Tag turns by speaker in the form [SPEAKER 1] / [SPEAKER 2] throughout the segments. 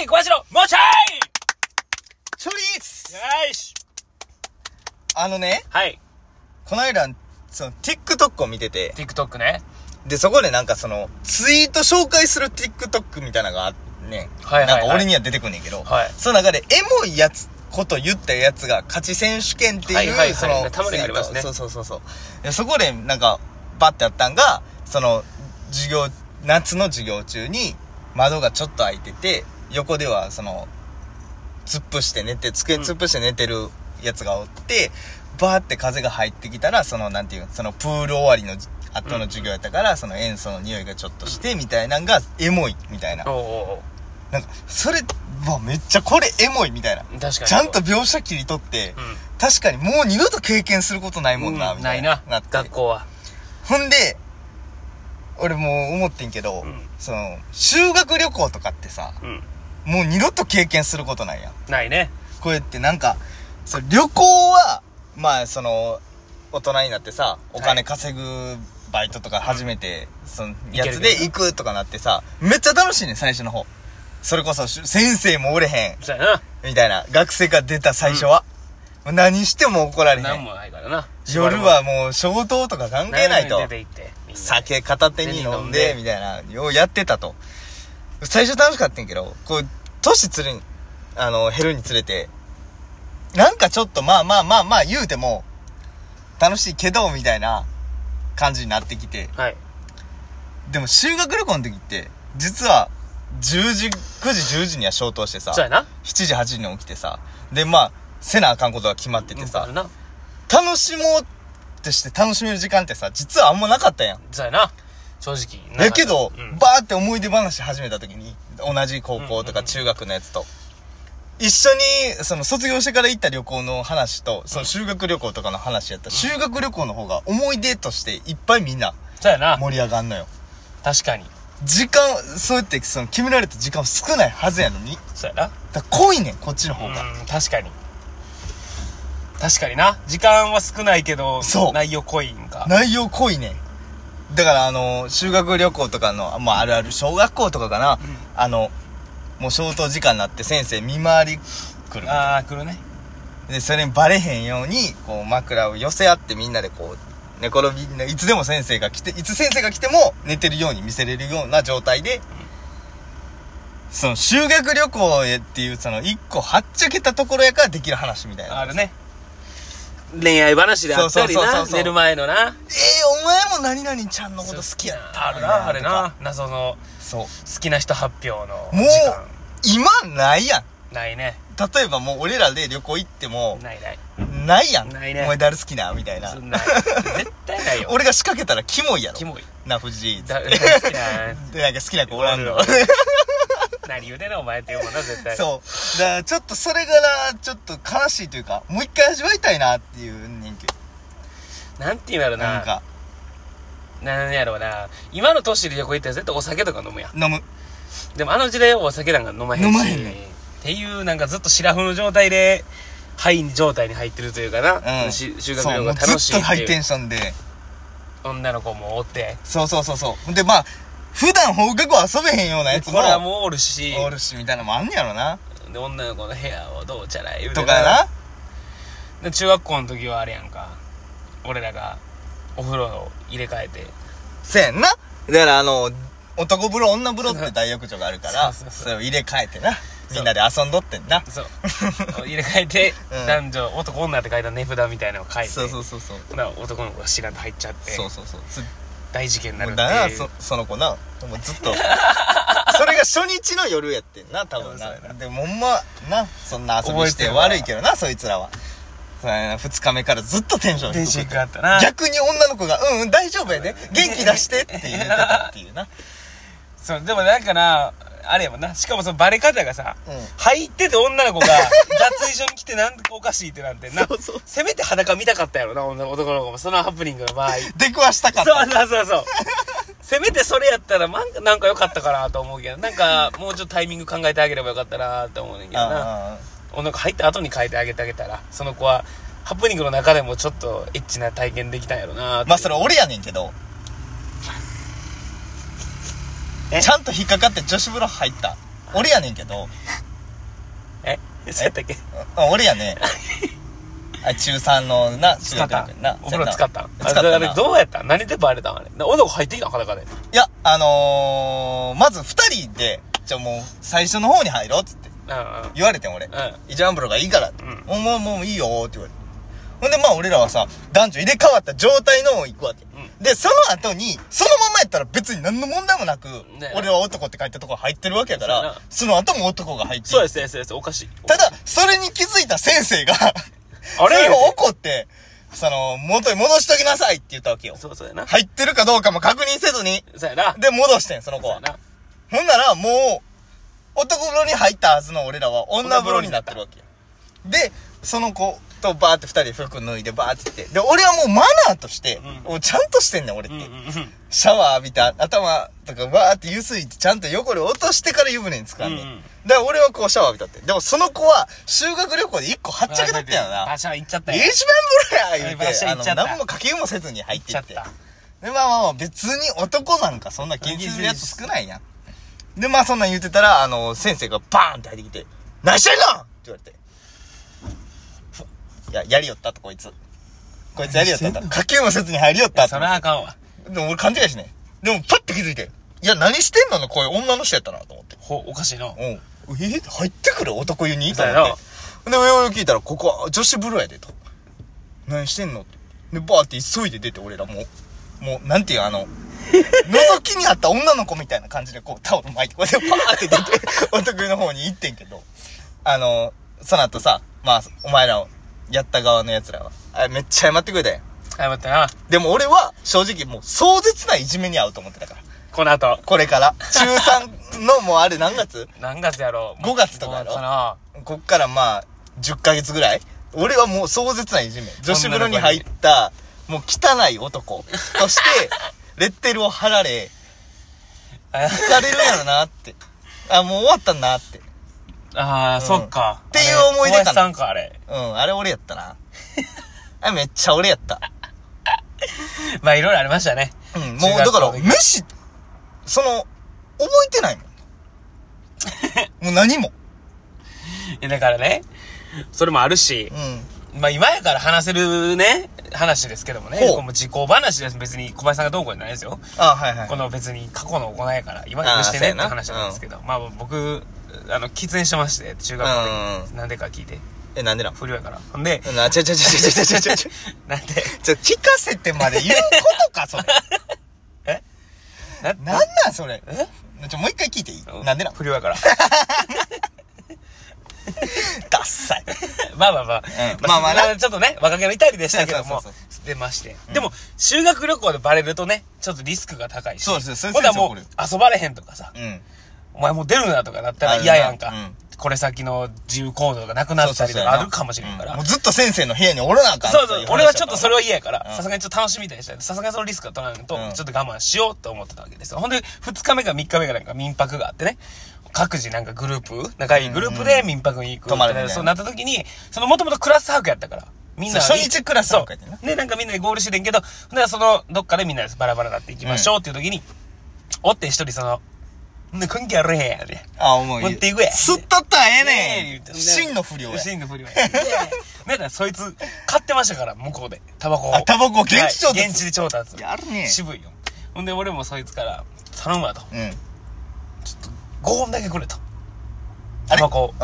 [SPEAKER 1] 井小林のもちゃ
[SPEAKER 2] チョリース
[SPEAKER 1] いよいし
[SPEAKER 2] あのね、
[SPEAKER 1] はい。
[SPEAKER 2] この間、その TikTok を見てて、
[SPEAKER 1] TikTok ね。
[SPEAKER 2] で、そこでなんかその、ツイート紹介する TikTok みたいなのがあってね、
[SPEAKER 1] はいはいはい
[SPEAKER 2] なんか俺には出てくんねんけど、
[SPEAKER 1] はい
[SPEAKER 2] その中でエモいやつ、こと言ったやつが勝ち選手権っていう、
[SPEAKER 1] はいはいはい
[SPEAKER 2] その、
[SPEAKER 1] たまにありますね
[SPEAKER 2] ツイートそうそうそうそう。でそこでなんか、バッてあったんが、その、授業、夏の授業中に窓がちょっと開いてて、横ではその、突っ伏して寝て、机突っ伏して寝てるやつがおって、バーって風が入ってきたら、その、なんていう、そのプール終わりの後の授業やったから、その塩素の匂いがちょっとして、みたいなんが、エモい、みたいな
[SPEAKER 1] お。うおう
[SPEAKER 2] なんか、それ、うわ、めっちゃこれエモい、みたいな。
[SPEAKER 1] おう確かに。
[SPEAKER 2] ちゃんと。描写切り取って、
[SPEAKER 1] う
[SPEAKER 2] 確かにもう二度と経験することないもんな、
[SPEAKER 1] う
[SPEAKER 2] み
[SPEAKER 1] ん。
[SPEAKER 2] た
[SPEAKER 1] ないい
[SPEAKER 2] な
[SPEAKER 1] な。。
[SPEAKER 2] なって
[SPEAKER 1] 学校は。
[SPEAKER 2] ほんで、俺もう思ってんけど、
[SPEAKER 1] うん
[SPEAKER 2] その、修学旅行とかってさ、
[SPEAKER 1] うん。
[SPEAKER 2] もう二度と経験することないやん。
[SPEAKER 1] ないね。
[SPEAKER 2] こうやってなんかそう旅行はまあその大人になってさお
[SPEAKER 1] は
[SPEAKER 2] 金
[SPEAKER 1] い
[SPEAKER 2] 稼ぐバイトとか初めて、その
[SPEAKER 1] いけ
[SPEAKER 2] や
[SPEAKER 1] る
[SPEAKER 2] つで行くとかなってさめっちゃ楽しいねん最初の方それこそし先生もおれへん
[SPEAKER 1] そうや
[SPEAKER 2] みたいな学生が出た最初は、もう何しても怒られ
[SPEAKER 1] な。
[SPEAKER 2] へ
[SPEAKER 1] なん
[SPEAKER 2] ん
[SPEAKER 1] もないからな。
[SPEAKER 2] 夜はもう消灯とか関
[SPEAKER 1] しばらくは、
[SPEAKER 2] 係ないと
[SPEAKER 1] 出て行って。みんな
[SPEAKER 2] 酒片手に飲んでみたいなようやってたと最初楽しかったんやけどこう年つるにあの減るにつれてなんかちょっとまあまあまあまあ言うても楽しいけどみたいな感じになってきて
[SPEAKER 1] はい。
[SPEAKER 2] でも修学旅行の時って実は10時9時10時には消灯してさ
[SPEAKER 1] そうやな。
[SPEAKER 2] 7時8時に起きてさでまあせなあかんことが決まっててさ
[SPEAKER 1] うんな。
[SPEAKER 2] 楽しもうとして楽しめる時間ってさ実はあんまなかったやん
[SPEAKER 1] そうやな。正直。なかっ
[SPEAKER 2] だ
[SPEAKER 1] た
[SPEAKER 2] けど、
[SPEAKER 1] うん
[SPEAKER 2] バーって思い出話始めた時に、同じ高校と
[SPEAKER 1] うんうんうん
[SPEAKER 2] か中学のやつと、一緒に、その卒業してから行った旅行の話と、その修学旅行とかの話やったら、修学旅行の方が思い出としていっぱいみんな
[SPEAKER 1] そうやな。
[SPEAKER 2] 盛り上がんのよ。
[SPEAKER 1] 確かに。
[SPEAKER 2] 時間、そうやってその決められた時間は少ないはずやのに、
[SPEAKER 1] そうやな。
[SPEAKER 2] だから濃いねん、こっちの方が。
[SPEAKER 1] うん、確かに。確かにな。時間は少ないけど、
[SPEAKER 2] そう
[SPEAKER 1] 内容濃いんか。
[SPEAKER 2] 内容濃いねんだからあの修学旅行とかの、まあ、あるある小学校とかかな、あのもう消灯時間になって先生見回り来る
[SPEAKER 1] あー、来るね。
[SPEAKER 2] でそれにバレへんようにこう枕を寄せ合ってみんなでこう寝転びいつでも先生が来ていつ先生が来ても寝てるように見せれるような状態でその修学旅行へっていうその一個はっちゃけたところやからできる話みたいな
[SPEAKER 1] あるね。恋愛話であったり
[SPEAKER 2] そうそうそう
[SPEAKER 1] な。
[SPEAKER 2] そう
[SPEAKER 1] 寝る前のな。
[SPEAKER 2] えー、お前も何々ちゃんのこと好きやった
[SPEAKER 1] ある
[SPEAKER 2] よな
[SPEAKER 1] な、あれ
[SPEAKER 2] とか
[SPEAKER 1] な。謎の
[SPEAKER 2] そう
[SPEAKER 1] 好きな人発表の
[SPEAKER 2] もう
[SPEAKER 1] 時間。
[SPEAKER 2] 今ないやん
[SPEAKER 1] ないね。
[SPEAKER 2] 例えばもう俺らで旅行行っても
[SPEAKER 1] ないない。
[SPEAKER 2] ないやん
[SPEAKER 1] ないね
[SPEAKER 2] お前誰好きなみたいな
[SPEAKER 1] そんない。絶対ない よ。
[SPEAKER 2] 俺が仕掛けたらキモいやろ
[SPEAKER 1] キモい。
[SPEAKER 2] な藤井
[SPEAKER 1] だ 好きな。
[SPEAKER 2] でなんか好きな子おらんの
[SPEAKER 1] おらん 何言うてんのお前って言うもんな、絶対。
[SPEAKER 2] そうだからちょっとそれがなちょっと悲しいというかもう一回味わいたいなっていう人気
[SPEAKER 1] なんて言うんやろ
[SPEAKER 2] なん
[SPEAKER 1] な。
[SPEAKER 2] か
[SPEAKER 1] なんやろうな。今の年で旅行行ったら絶対お酒とか飲むやん。
[SPEAKER 2] 飲む
[SPEAKER 1] でもあの時代はお酒なんか飲まへんし。
[SPEAKER 2] 飲まへんねん
[SPEAKER 1] っていう、なんかずっとシラフの状態で、肺状態に入ってるというかな。
[SPEAKER 2] うん
[SPEAKER 1] し修学
[SPEAKER 2] そ
[SPEAKER 1] 旅行
[SPEAKER 2] うも
[SPEAKER 1] が
[SPEAKER 2] う
[SPEAKER 1] 楽し
[SPEAKER 2] ず
[SPEAKER 1] い
[SPEAKER 2] っと
[SPEAKER 1] っ
[SPEAKER 2] ハ
[SPEAKER 1] て
[SPEAKER 2] イ
[SPEAKER 1] い
[SPEAKER 2] テ
[SPEAKER 1] う
[SPEAKER 2] ンションで
[SPEAKER 1] 女の子もおって。
[SPEAKER 2] そうそうそうそうでまあ普段放課後遊べへんようなやつ
[SPEAKER 1] こ
[SPEAKER 2] も
[SPEAKER 1] れはもうおるし、
[SPEAKER 2] おるしみたいなのもあんねやろな
[SPEAKER 1] で女の子の部屋をどうちゃら言うて
[SPEAKER 2] とかな
[SPEAKER 1] で中学校の時はあれやんか俺らがお風呂を入れ替えて
[SPEAKER 2] せやんなだからあの男風呂女風呂って大浴場があるから
[SPEAKER 1] そうそうそう
[SPEAKER 2] それを入れ替えてな
[SPEAKER 1] そう
[SPEAKER 2] みんなで遊んどってんな
[SPEAKER 1] そう入れ替えて、
[SPEAKER 2] うん
[SPEAKER 1] 男女男女って書いた値札みたいなのを書いて
[SPEAKER 2] そうそうそうそう
[SPEAKER 1] ほな男の子が知らんと入っちゃって
[SPEAKER 2] そうそうそうつ
[SPEAKER 1] 大事件にな
[SPEAKER 2] も
[SPEAKER 1] るっ
[SPEAKER 2] う
[SPEAKER 1] て
[SPEAKER 2] だから
[SPEAKER 1] いう
[SPEAKER 2] そその子なもうずっと それが初日の夜やってんな多分
[SPEAKER 1] そうや
[SPEAKER 2] なでもほんまなそんな遊びして悪いけどなそいつらはそうやな2日目からずっとテンション低
[SPEAKER 1] 電
[SPEAKER 2] く
[SPEAKER 1] 子
[SPEAKER 2] て
[SPEAKER 1] があったな
[SPEAKER 2] 逆に女の子が「うんうん大丈夫やで元気出して」って言うてたっていうな
[SPEAKER 1] そうでもなんかなあれやもんなしかもそのバレ方がさ、
[SPEAKER 2] うん
[SPEAKER 1] 入ってて女の子が 脱衣所に来てなんかおかしいってなんてんな
[SPEAKER 2] そうそう
[SPEAKER 1] せめて裸見たかったやろな女男の子もそのハプニングの場合
[SPEAKER 2] 出くわしたかった
[SPEAKER 1] そうそうそうそう。せめてそれやったら、なんか、なんか良かったかなと思うけど、なんか、もうちょっとタイミング考えてあげればよかったなと思うねんけどな。
[SPEAKER 2] あ
[SPEAKER 1] お腹入った後に変えてあげてあげたら、その子は、ハプニングの中でもちょっとエッチな体験できたんやろな
[SPEAKER 2] あまあそれ俺やねんけど
[SPEAKER 1] え
[SPEAKER 2] ちゃんと引っかかって女子風呂入った俺やねんけど、
[SPEAKER 1] えそうやったっけ
[SPEAKER 2] あ俺や ねあ中3のな中
[SPEAKER 1] 使っ
[SPEAKER 2] 学
[SPEAKER 1] た
[SPEAKER 2] やんな
[SPEAKER 1] お風呂使った
[SPEAKER 2] 使ったな
[SPEAKER 1] あれどうやった何でバレたんあれな男入ってきたん裸で
[SPEAKER 2] いやあのー、まず2人でじゃあもう最初の方に入ろうっつって
[SPEAKER 1] うんうん
[SPEAKER 2] 言われてん俺、
[SPEAKER 1] う
[SPEAKER 2] イジャンブロがいいからって、
[SPEAKER 1] うん
[SPEAKER 2] おもうもういいよーって言われてほんでまあ俺らはさ男女入れ替わった状態の方行くわけ、
[SPEAKER 1] う
[SPEAKER 2] でその後にそのままやったら別に何の問題もなく、
[SPEAKER 1] ね
[SPEAKER 2] 俺は男って書いたとこ入ってるわけやか
[SPEAKER 1] そうや
[SPEAKER 2] ら
[SPEAKER 1] な
[SPEAKER 2] その後も男が入って
[SPEAKER 1] そうですそうですそうですおかしい
[SPEAKER 2] ただそれに気づいた先生が
[SPEAKER 1] あれ
[SPEAKER 2] それを怒ってその元に戻しときなさいって言ったわけよ
[SPEAKER 1] そうそうやな
[SPEAKER 2] 入ってるかどうかも確認せずに
[SPEAKER 1] そうやな
[SPEAKER 2] で戻してんその子
[SPEAKER 1] そうや
[SPEAKER 2] は
[SPEAKER 1] な
[SPEAKER 2] ほんならもう、男風呂に入ったはずの俺らは女風呂になってるわけよ。で、その子とバーって二人で服脱いでバーってって。で、俺はもうマナーとして、
[SPEAKER 1] うん
[SPEAKER 2] もうちゃんとしてんねん俺っ
[SPEAKER 1] う
[SPEAKER 2] て。
[SPEAKER 1] んうんうん
[SPEAKER 2] シャワー浴びた頭とかバーってゆすいてちゃんと汚れ落としてから湯船に浸かんねん。
[SPEAKER 1] うんうん
[SPEAKER 2] だから俺はこうシャワー浴びたって。でもその子は修学旅行で一個はっちゃけだったよな。
[SPEAKER 1] バシャン行っちゃった
[SPEAKER 2] 一
[SPEAKER 1] よ
[SPEAKER 2] 番風呂や言う
[SPEAKER 1] バシ
[SPEAKER 2] て、
[SPEAKER 1] ャ
[SPEAKER 2] あ
[SPEAKER 1] 行
[SPEAKER 2] の、
[SPEAKER 1] っちゃった
[SPEAKER 2] 何もかけ湯もせずに入ってい
[SPEAKER 1] 行っ
[SPEAKER 2] っ
[SPEAKER 1] ち
[SPEAKER 2] て
[SPEAKER 1] ゃった。
[SPEAKER 2] で、まあまあまあ、別に男なんかそんな気にするやつ少ないやん。で、まあそんなん言ってたら、あの、先生がバーンって入ってきて、何してんのって言われて。いや、やりよったと、こいつ。こいつやりよったと。かけもせずに入りよったと
[SPEAKER 1] そ。れはあかんわ
[SPEAKER 2] でも俺勘違いしね。でもパッて気づいて、いや、何してんのの声女の人やったなと思って。
[SPEAKER 1] ほおかしいな
[SPEAKER 2] うん。え入ってくる男湯にと
[SPEAKER 1] そう
[SPEAKER 2] 思
[SPEAKER 1] や
[SPEAKER 2] っ
[SPEAKER 1] な
[SPEAKER 2] て。で、上を聞いたら、ここは女子風呂やでと。何してんのって。で、バーって急いで出て、俺らもう、もう、なんていう、 あの、覗きにあった女の子みたいな感じで、こう、タオル巻いて、こうやってバーって出て、男湯の方に行ってんけど、あの、その後さ、まあ、お前らを、やった側の奴らは、あめっちゃ謝ってくれたやん。
[SPEAKER 1] 謝ったな
[SPEAKER 2] でも俺は、正直もう、壮絶ないじめに遭うと思ってたから。
[SPEAKER 1] この後
[SPEAKER 2] これから。中3の、もうあれ何月
[SPEAKER 1] 何月やろう
[SPEAKER 2] 5月とかやろ
[SPEAKER 1] もうかな
[SPEAKER 2] こっからまあ、10ヶ月ぐらい俺はもう壮絶ないじめ。女子風呂に入った、もう汚い男として、 レッテルを貼られ、
[SPEAKER 1] あ
[SPEAKER 2] 行かれるやろなって。あ、もう終わったんだって。
[SPEAKER 1] あー、
[SPEAKER 2] うん
[SPEAKER 1] そっか
[SPEAKER 2] っていう思い出か
[SPEAKER 1] あれ
[SPEAKER 2] な
[SPEAKER 1] 小林さんかあれ
[SPEAKER 2] うん、あれ俺やったな。 あ、めっちゃ俺やった。
[SPEAKER 1] まあいろいろありましたね
[SPEAKER 2] うん、
[SPEAKER 1] 中
[SPEAKER 2] も
[SPEAKER 1] 学
[SPEAKER 2] うだ
[SPEAKER 1] 校
[SPEAKER 2] か
[SPEAKER 1] の
[SPEAKER 2] ら、
[SPEAKER 1] 時
[SPEAKER 2] 飯、その、覚えてないもん。 もう何も。
[SPEAKER 1] いやだからねそれもあるし
[SPEAKER 2] うん。
[SPEAKER 1] まあ今やから話せるね話ですけどもね
[SPEAKER 2] ほう
[SPEAKER 1] これも時効話です別に小林さんがどうこうじゃないですよ
[SPEAKER 2] あ、はいはい
[SPEAKER 1] こ。の別に過去の行いやから今許してねって
[SPEAKER 2] あー
[SPEAKER 1] 話
[SPEAKER 2] そうやな
[SPEAKER 1] なんですけどまあ僕あの喫煙してまして中学校
[SPEAKER 2] う
[SPEAKER 1] でなんでか聞いて
[SPEAKER 2] え、なんでなん
[SPEAKER 1] 不良やからほんで
[SPEAKER 2] うんあ、ちょちょちょちょちょちょちょ。
[SPEAKER 1] なんで
[SPEAKER 2] ちょ、聞かせてまで言うことか、それ。
[SPEAKER 1] な
[SPEAKER 2] なんなんそれちょもう一回聞いていいなんでなん
[SPEAKER 1] 不良やから
[SPEAKER 2] ダッサい。
[SPEAKER 1] まあまあまあ
[SPEAKER 2] うんまあまあな
[SPEAKER 1] それはちょっとね若気の至りでしたけども
[SPEAKER 2] そうそう
[SPEAKER 1] 出ましてでも修学旅行でバレるとねちょっとリスクが高いし
[SPEAKER 2] そうですそれ
[SPEAKER 1] ほんならもう
[SPEAKER 2] 先
[SPEAKER 1] 遊ばれへんとかさ
[SPEAKER 2] うん。
[SPEAKER 1] お前もう出るなとかなった
[SPEAKER 2] あ
[SPEAKER 1] ら
[SPEAKER 2] るな
[SPEAKER 1] 嫌やんか
[SPEAKER 2] うん。
[SPEAKER 1] これ先の自由行動がなくなったりとかあるかもしれんから
[SPEAKER 2] もう。ずっと先生の部屋におらなあかん
[SPEAKER 1] そうそう。俺はちょっとそれ
[SPEAKER 2] を。
[SPEAKER 1] は嫌やから
[SPEAKER 2] う、ん
[SPEAKER 1] さすがにちょっと楽しみたいしたい。さすがにそのリスクは取らないと、
[SPEAKER 2] うん
[SPEAKER 1] ちょっと我慢しようと思ってたわけですよ。ほんで、2日目か3日目かなんか民泊があってね。各自なんかグループ、仲いいグループで民泊に行く
[SPEAKER 2] 泊
[SPEAKER 1] みた
[SPEAKER 2] ま
[SPEAKER 1] い
[SPEAKER 2] る
[SPEAKER 1] な、
[SPEAKER 2] みたいな
[SPEAKER 1] そうなった時に、その元々クラス泊やったから。みんな
[SPEAKER 2] そう初日クラス泊やったよな
[SPEAKER 1] そうで、なんかみんなで合流してんけど、ほんならその、どっかでみんなでバラバラになっていきましょうっていう時に、おって一人その、んな関係あれへんやで。
[SPEAKER 2] あ、思うよ。
[SPEAKER 1] 持っていくや
[SPEAKER 2] 吸っとったらええね
[SPEAKER 1] え
[SPEAKER 2] ん。真の不良や。
[SPEAKER 1] 真の不良や。なんだ、そいつ、買ってましたから、向こうで。タバコを。
[SPEAKER 2] あタバコを現地調達
[SPEAKER 1] はい現地で調達。
[SPEAKER 2] やるね
[SPEAKER 1] 渋いよ。ほんで、俺もそいつから、頼むわと。
[SPEAKER 2] うん。
[SPEAKER 1] 5本だけくれと。
[SPEAKER 2] あ
[SPEAKER 1] タ
[SPEAKER 2] れ
[SPEAKER 1] バコを。
[SPEAKER 2] うん。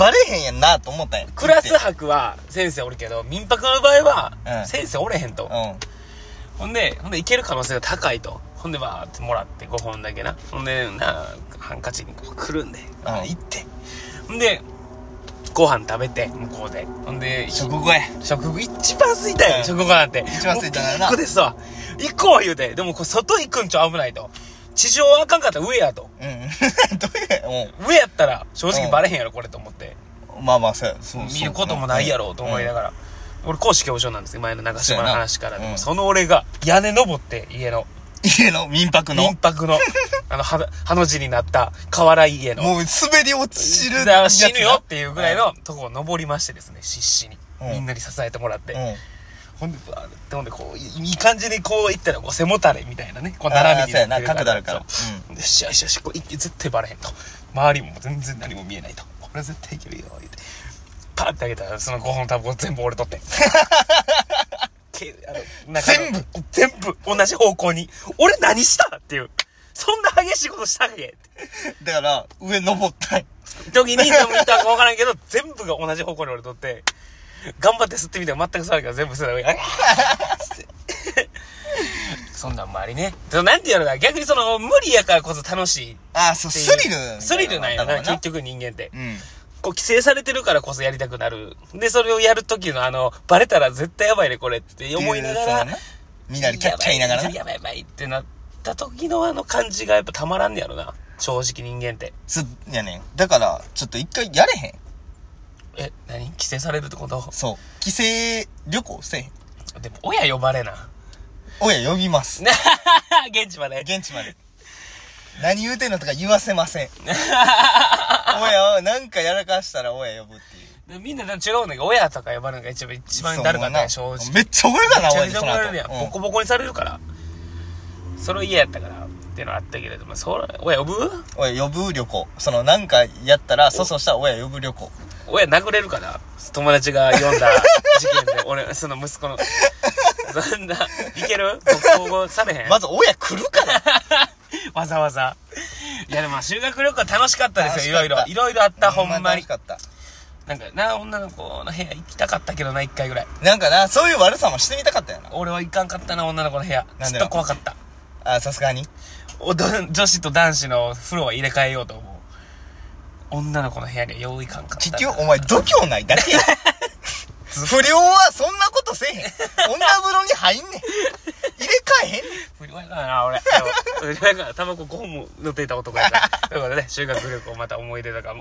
[SPEAKER 2] バレへんやんなと思ったんや。
[SPEAKER 1] クラス泊は先生おるけど、民泊の場合
[SPEAKER 2] う
[SPEAKER 1] は、
[SPEAKER 2] ん
[SPEAKER 1] 先生おれへんと。
[SPEAKER 2] う
[SPEAKER 1] ほんで、ほんで、行ける可能性が高いと。ほんで、わーってもらって、5本だけな。ほんで、なあ、ハンカチにこうくるんで、あー行って。ほんで、ご飯食べて、向こうで。ほんで、
[SPEAKER 2] ん。食後や。
[SPEAKER 1] 食後一番空いたよ、
[SPEAKER 2] うん
[SPEAKER 1] 食後なんて
[SPEAKER 2] 一番空いたからな
[SPEAKER 1] もうピークですわ行こう言うてでもこれ外行くんちょ危ないと地上はあかんかったら上やと
[SPEAKER 2] うん。 どういう、
[SPEAKER 1] 上やったら正直バレへんやろこれと思って
[SPEAKER 2] うん。まあまあ、そうやそうそう
[SPEAKER 1] 見ることもないやろうと思いながら俺高師教授なんですよ前の長島の話から
[SPEAKER 2] そうやな
[SPEAKER 1] で
[SPEAKER 2] う
[SPEAKER 1] も
[SPEAKER 2] ん
[SPEAKER 1] その俺が屋根登って家の
[SPEAKER 2] うん家の民泊の
[SPEAKER 1] 民。泊 のあのはハの字になった瓦家の
[SPEAKER 2] もう滑り落ちる
[SPEAKER 1] だ
[SPEAKER 2] やつ
[SPEAKER 1] か
[SPEAKER 2] な。
[SPEAKER 1] ら死ぬよっていうぐらいのとこを登りましてですね必死に
[SPEAKER 2] うん
[SPEAKER 1] みんなに支えてもらって
[SPEAKER 2] うん。
[SPEAKER 1] ほんで、バーってほんで、こう、いいい感じにこう行ったら、こう背もたれみたいなね、こう
[SPEAKER 2] あー
[SPEAKER 1] 斜めになって
[SPEAKER 2] そうやな角度あるから
[SPEAKER 1] そうでよしよしよし、これ、い絶対バレへんと。周りも全然何も見えないとこれ絶対いけるよ言ってパーってあげたらその5本のタバコ全部俺取 ってけあの中の全部同じ方向に俺何したっていうそんな激しいことしたっけっ
[SPEAKER 2] だから、上登ったんよ
[SPEAKER 1] て時にでも言ったか分からんけど全部が同じ方向に俺取って頑張って吸ってみても全く吸わないから 全部吸うた上にあっつってそんなん周りねでもなんていうのかな逆にその無理やからこそ楽しい
[SPEAKER 2] あ、そう、
[SPEAKER 1] っていう
[SPEAKER 2] スリルみたいの
[SPEAKER 1] スリルなんや
[SPEAKER 2] があ
[SPEAKER 1] な
[SPEAKER 2] ったの
[SPEAKER 1] 結局人間って
[SPEAKER 2] うん。
[SPEAKER 1] こう規制されてるからこそやりたくなるでそれをやる時のあのバレたら絶対やばいねこれって思いなが
[SPEAKER 2] そ
[SPEAKER 1] ら
[SPEAKER 2] うねみんなでキャッキャ言いながら
[SPEAKER 1] や
[SPEAKER 2] ね。
[SPEAKER 1] ばいやばいやばいってなった時のあの感じがやっぱたまらんねやろな正直人間って
[SPEAKER 2] そう、やねん。だから、ちょっと一回やれへん。
[SPEAKER 1] え何規制されるってこと
[SPEAKER 2] そう。帰省旅行せえへん。
[SPEAKER 1] でも親呼ばれな
[SPEAKER 2] 親呼びます。
[SPEAKER 1] 現地まで
[SPEAKER 2] 現地まで。何言うてんのとか言わせ ません。親は、なんかやらかしたら親呼ぶっていう。
[SPEAKER 1] でみんな違うんだけど親とか呼ばれるのが一番一番だるかったね正
[SPEAKER 2] そう
[SPEAKER 1] 直
[SPEAKER 2] もうなめっちゃ俺がな、
[SPEAKER 1] めちゃ
[SPEAKER 2] 親
[SPEAKER 1] め
[SPEAKER 2] に
[SPEAKER 1] ちゃ
[SPEAKER 2] そ
[SPEAKER 1] 怒
[SPEAKER 2] の
[SPEAKER 1] ら
[SPEAKER 2] 後
[SPEAKER 1] れるやん、
[SPEAKER 2] うん
[SPEAKER 1] ボコボコにされるからそれ嫌やったからってのあったけれどもそれ親呼ぶ
[SPEAKER 2] 親呼ぶ旅行。その、なんかやったら、粗相したら親呼ぶ旅行。
[SPEAKER 1] 親殴れるかな友達が読んだ事件で俺その息子のそんないけるボコボコされへん、
[SPEAKER 2] まず親来るから
[SPEAKER 1] わざわざいやでもまあ修学旅行楽しかったですよいろいろ
[SPEAKER 2] 楽しかった
[SPEAKER 1] いろいろあったほんま
[SPEAKER 2] 楽
[SPEAKER 1] に
[SPEAKER 2] しかった。
[SPEAKER 1] なんかな女の子の部屋行きたかったけどな一回ぐらい
[SPEAKER 2] なんかな、そういう悪さもしてみたかったよな。
[SPEAKER 1] 俺は行かんかったな女の子の部屋
[SPEAKER 2] な
[SPEAKER 1] ず
[SPEAKER 2] んで
[SPEAKER 1] っ
[SPEAKER 2] な
[SPEAKER 1] と怖かった
[SPEAKER 2] あ、さすがに。
[SPEAKER 1] おど女子と男子の風呂は入れ替えようと思う女の子の部屋にはよういかんかった
[SPEAKER 2] 結局、お前、度胸ないだけや。不良はそんなことせえへん。女風呂に入んねん。入れ替えへんねん。
[SPEAKER 1] 不良やからな俺でも不良やからタバコ5本も乗っていた男やからということでね修学旅行また思い出とかも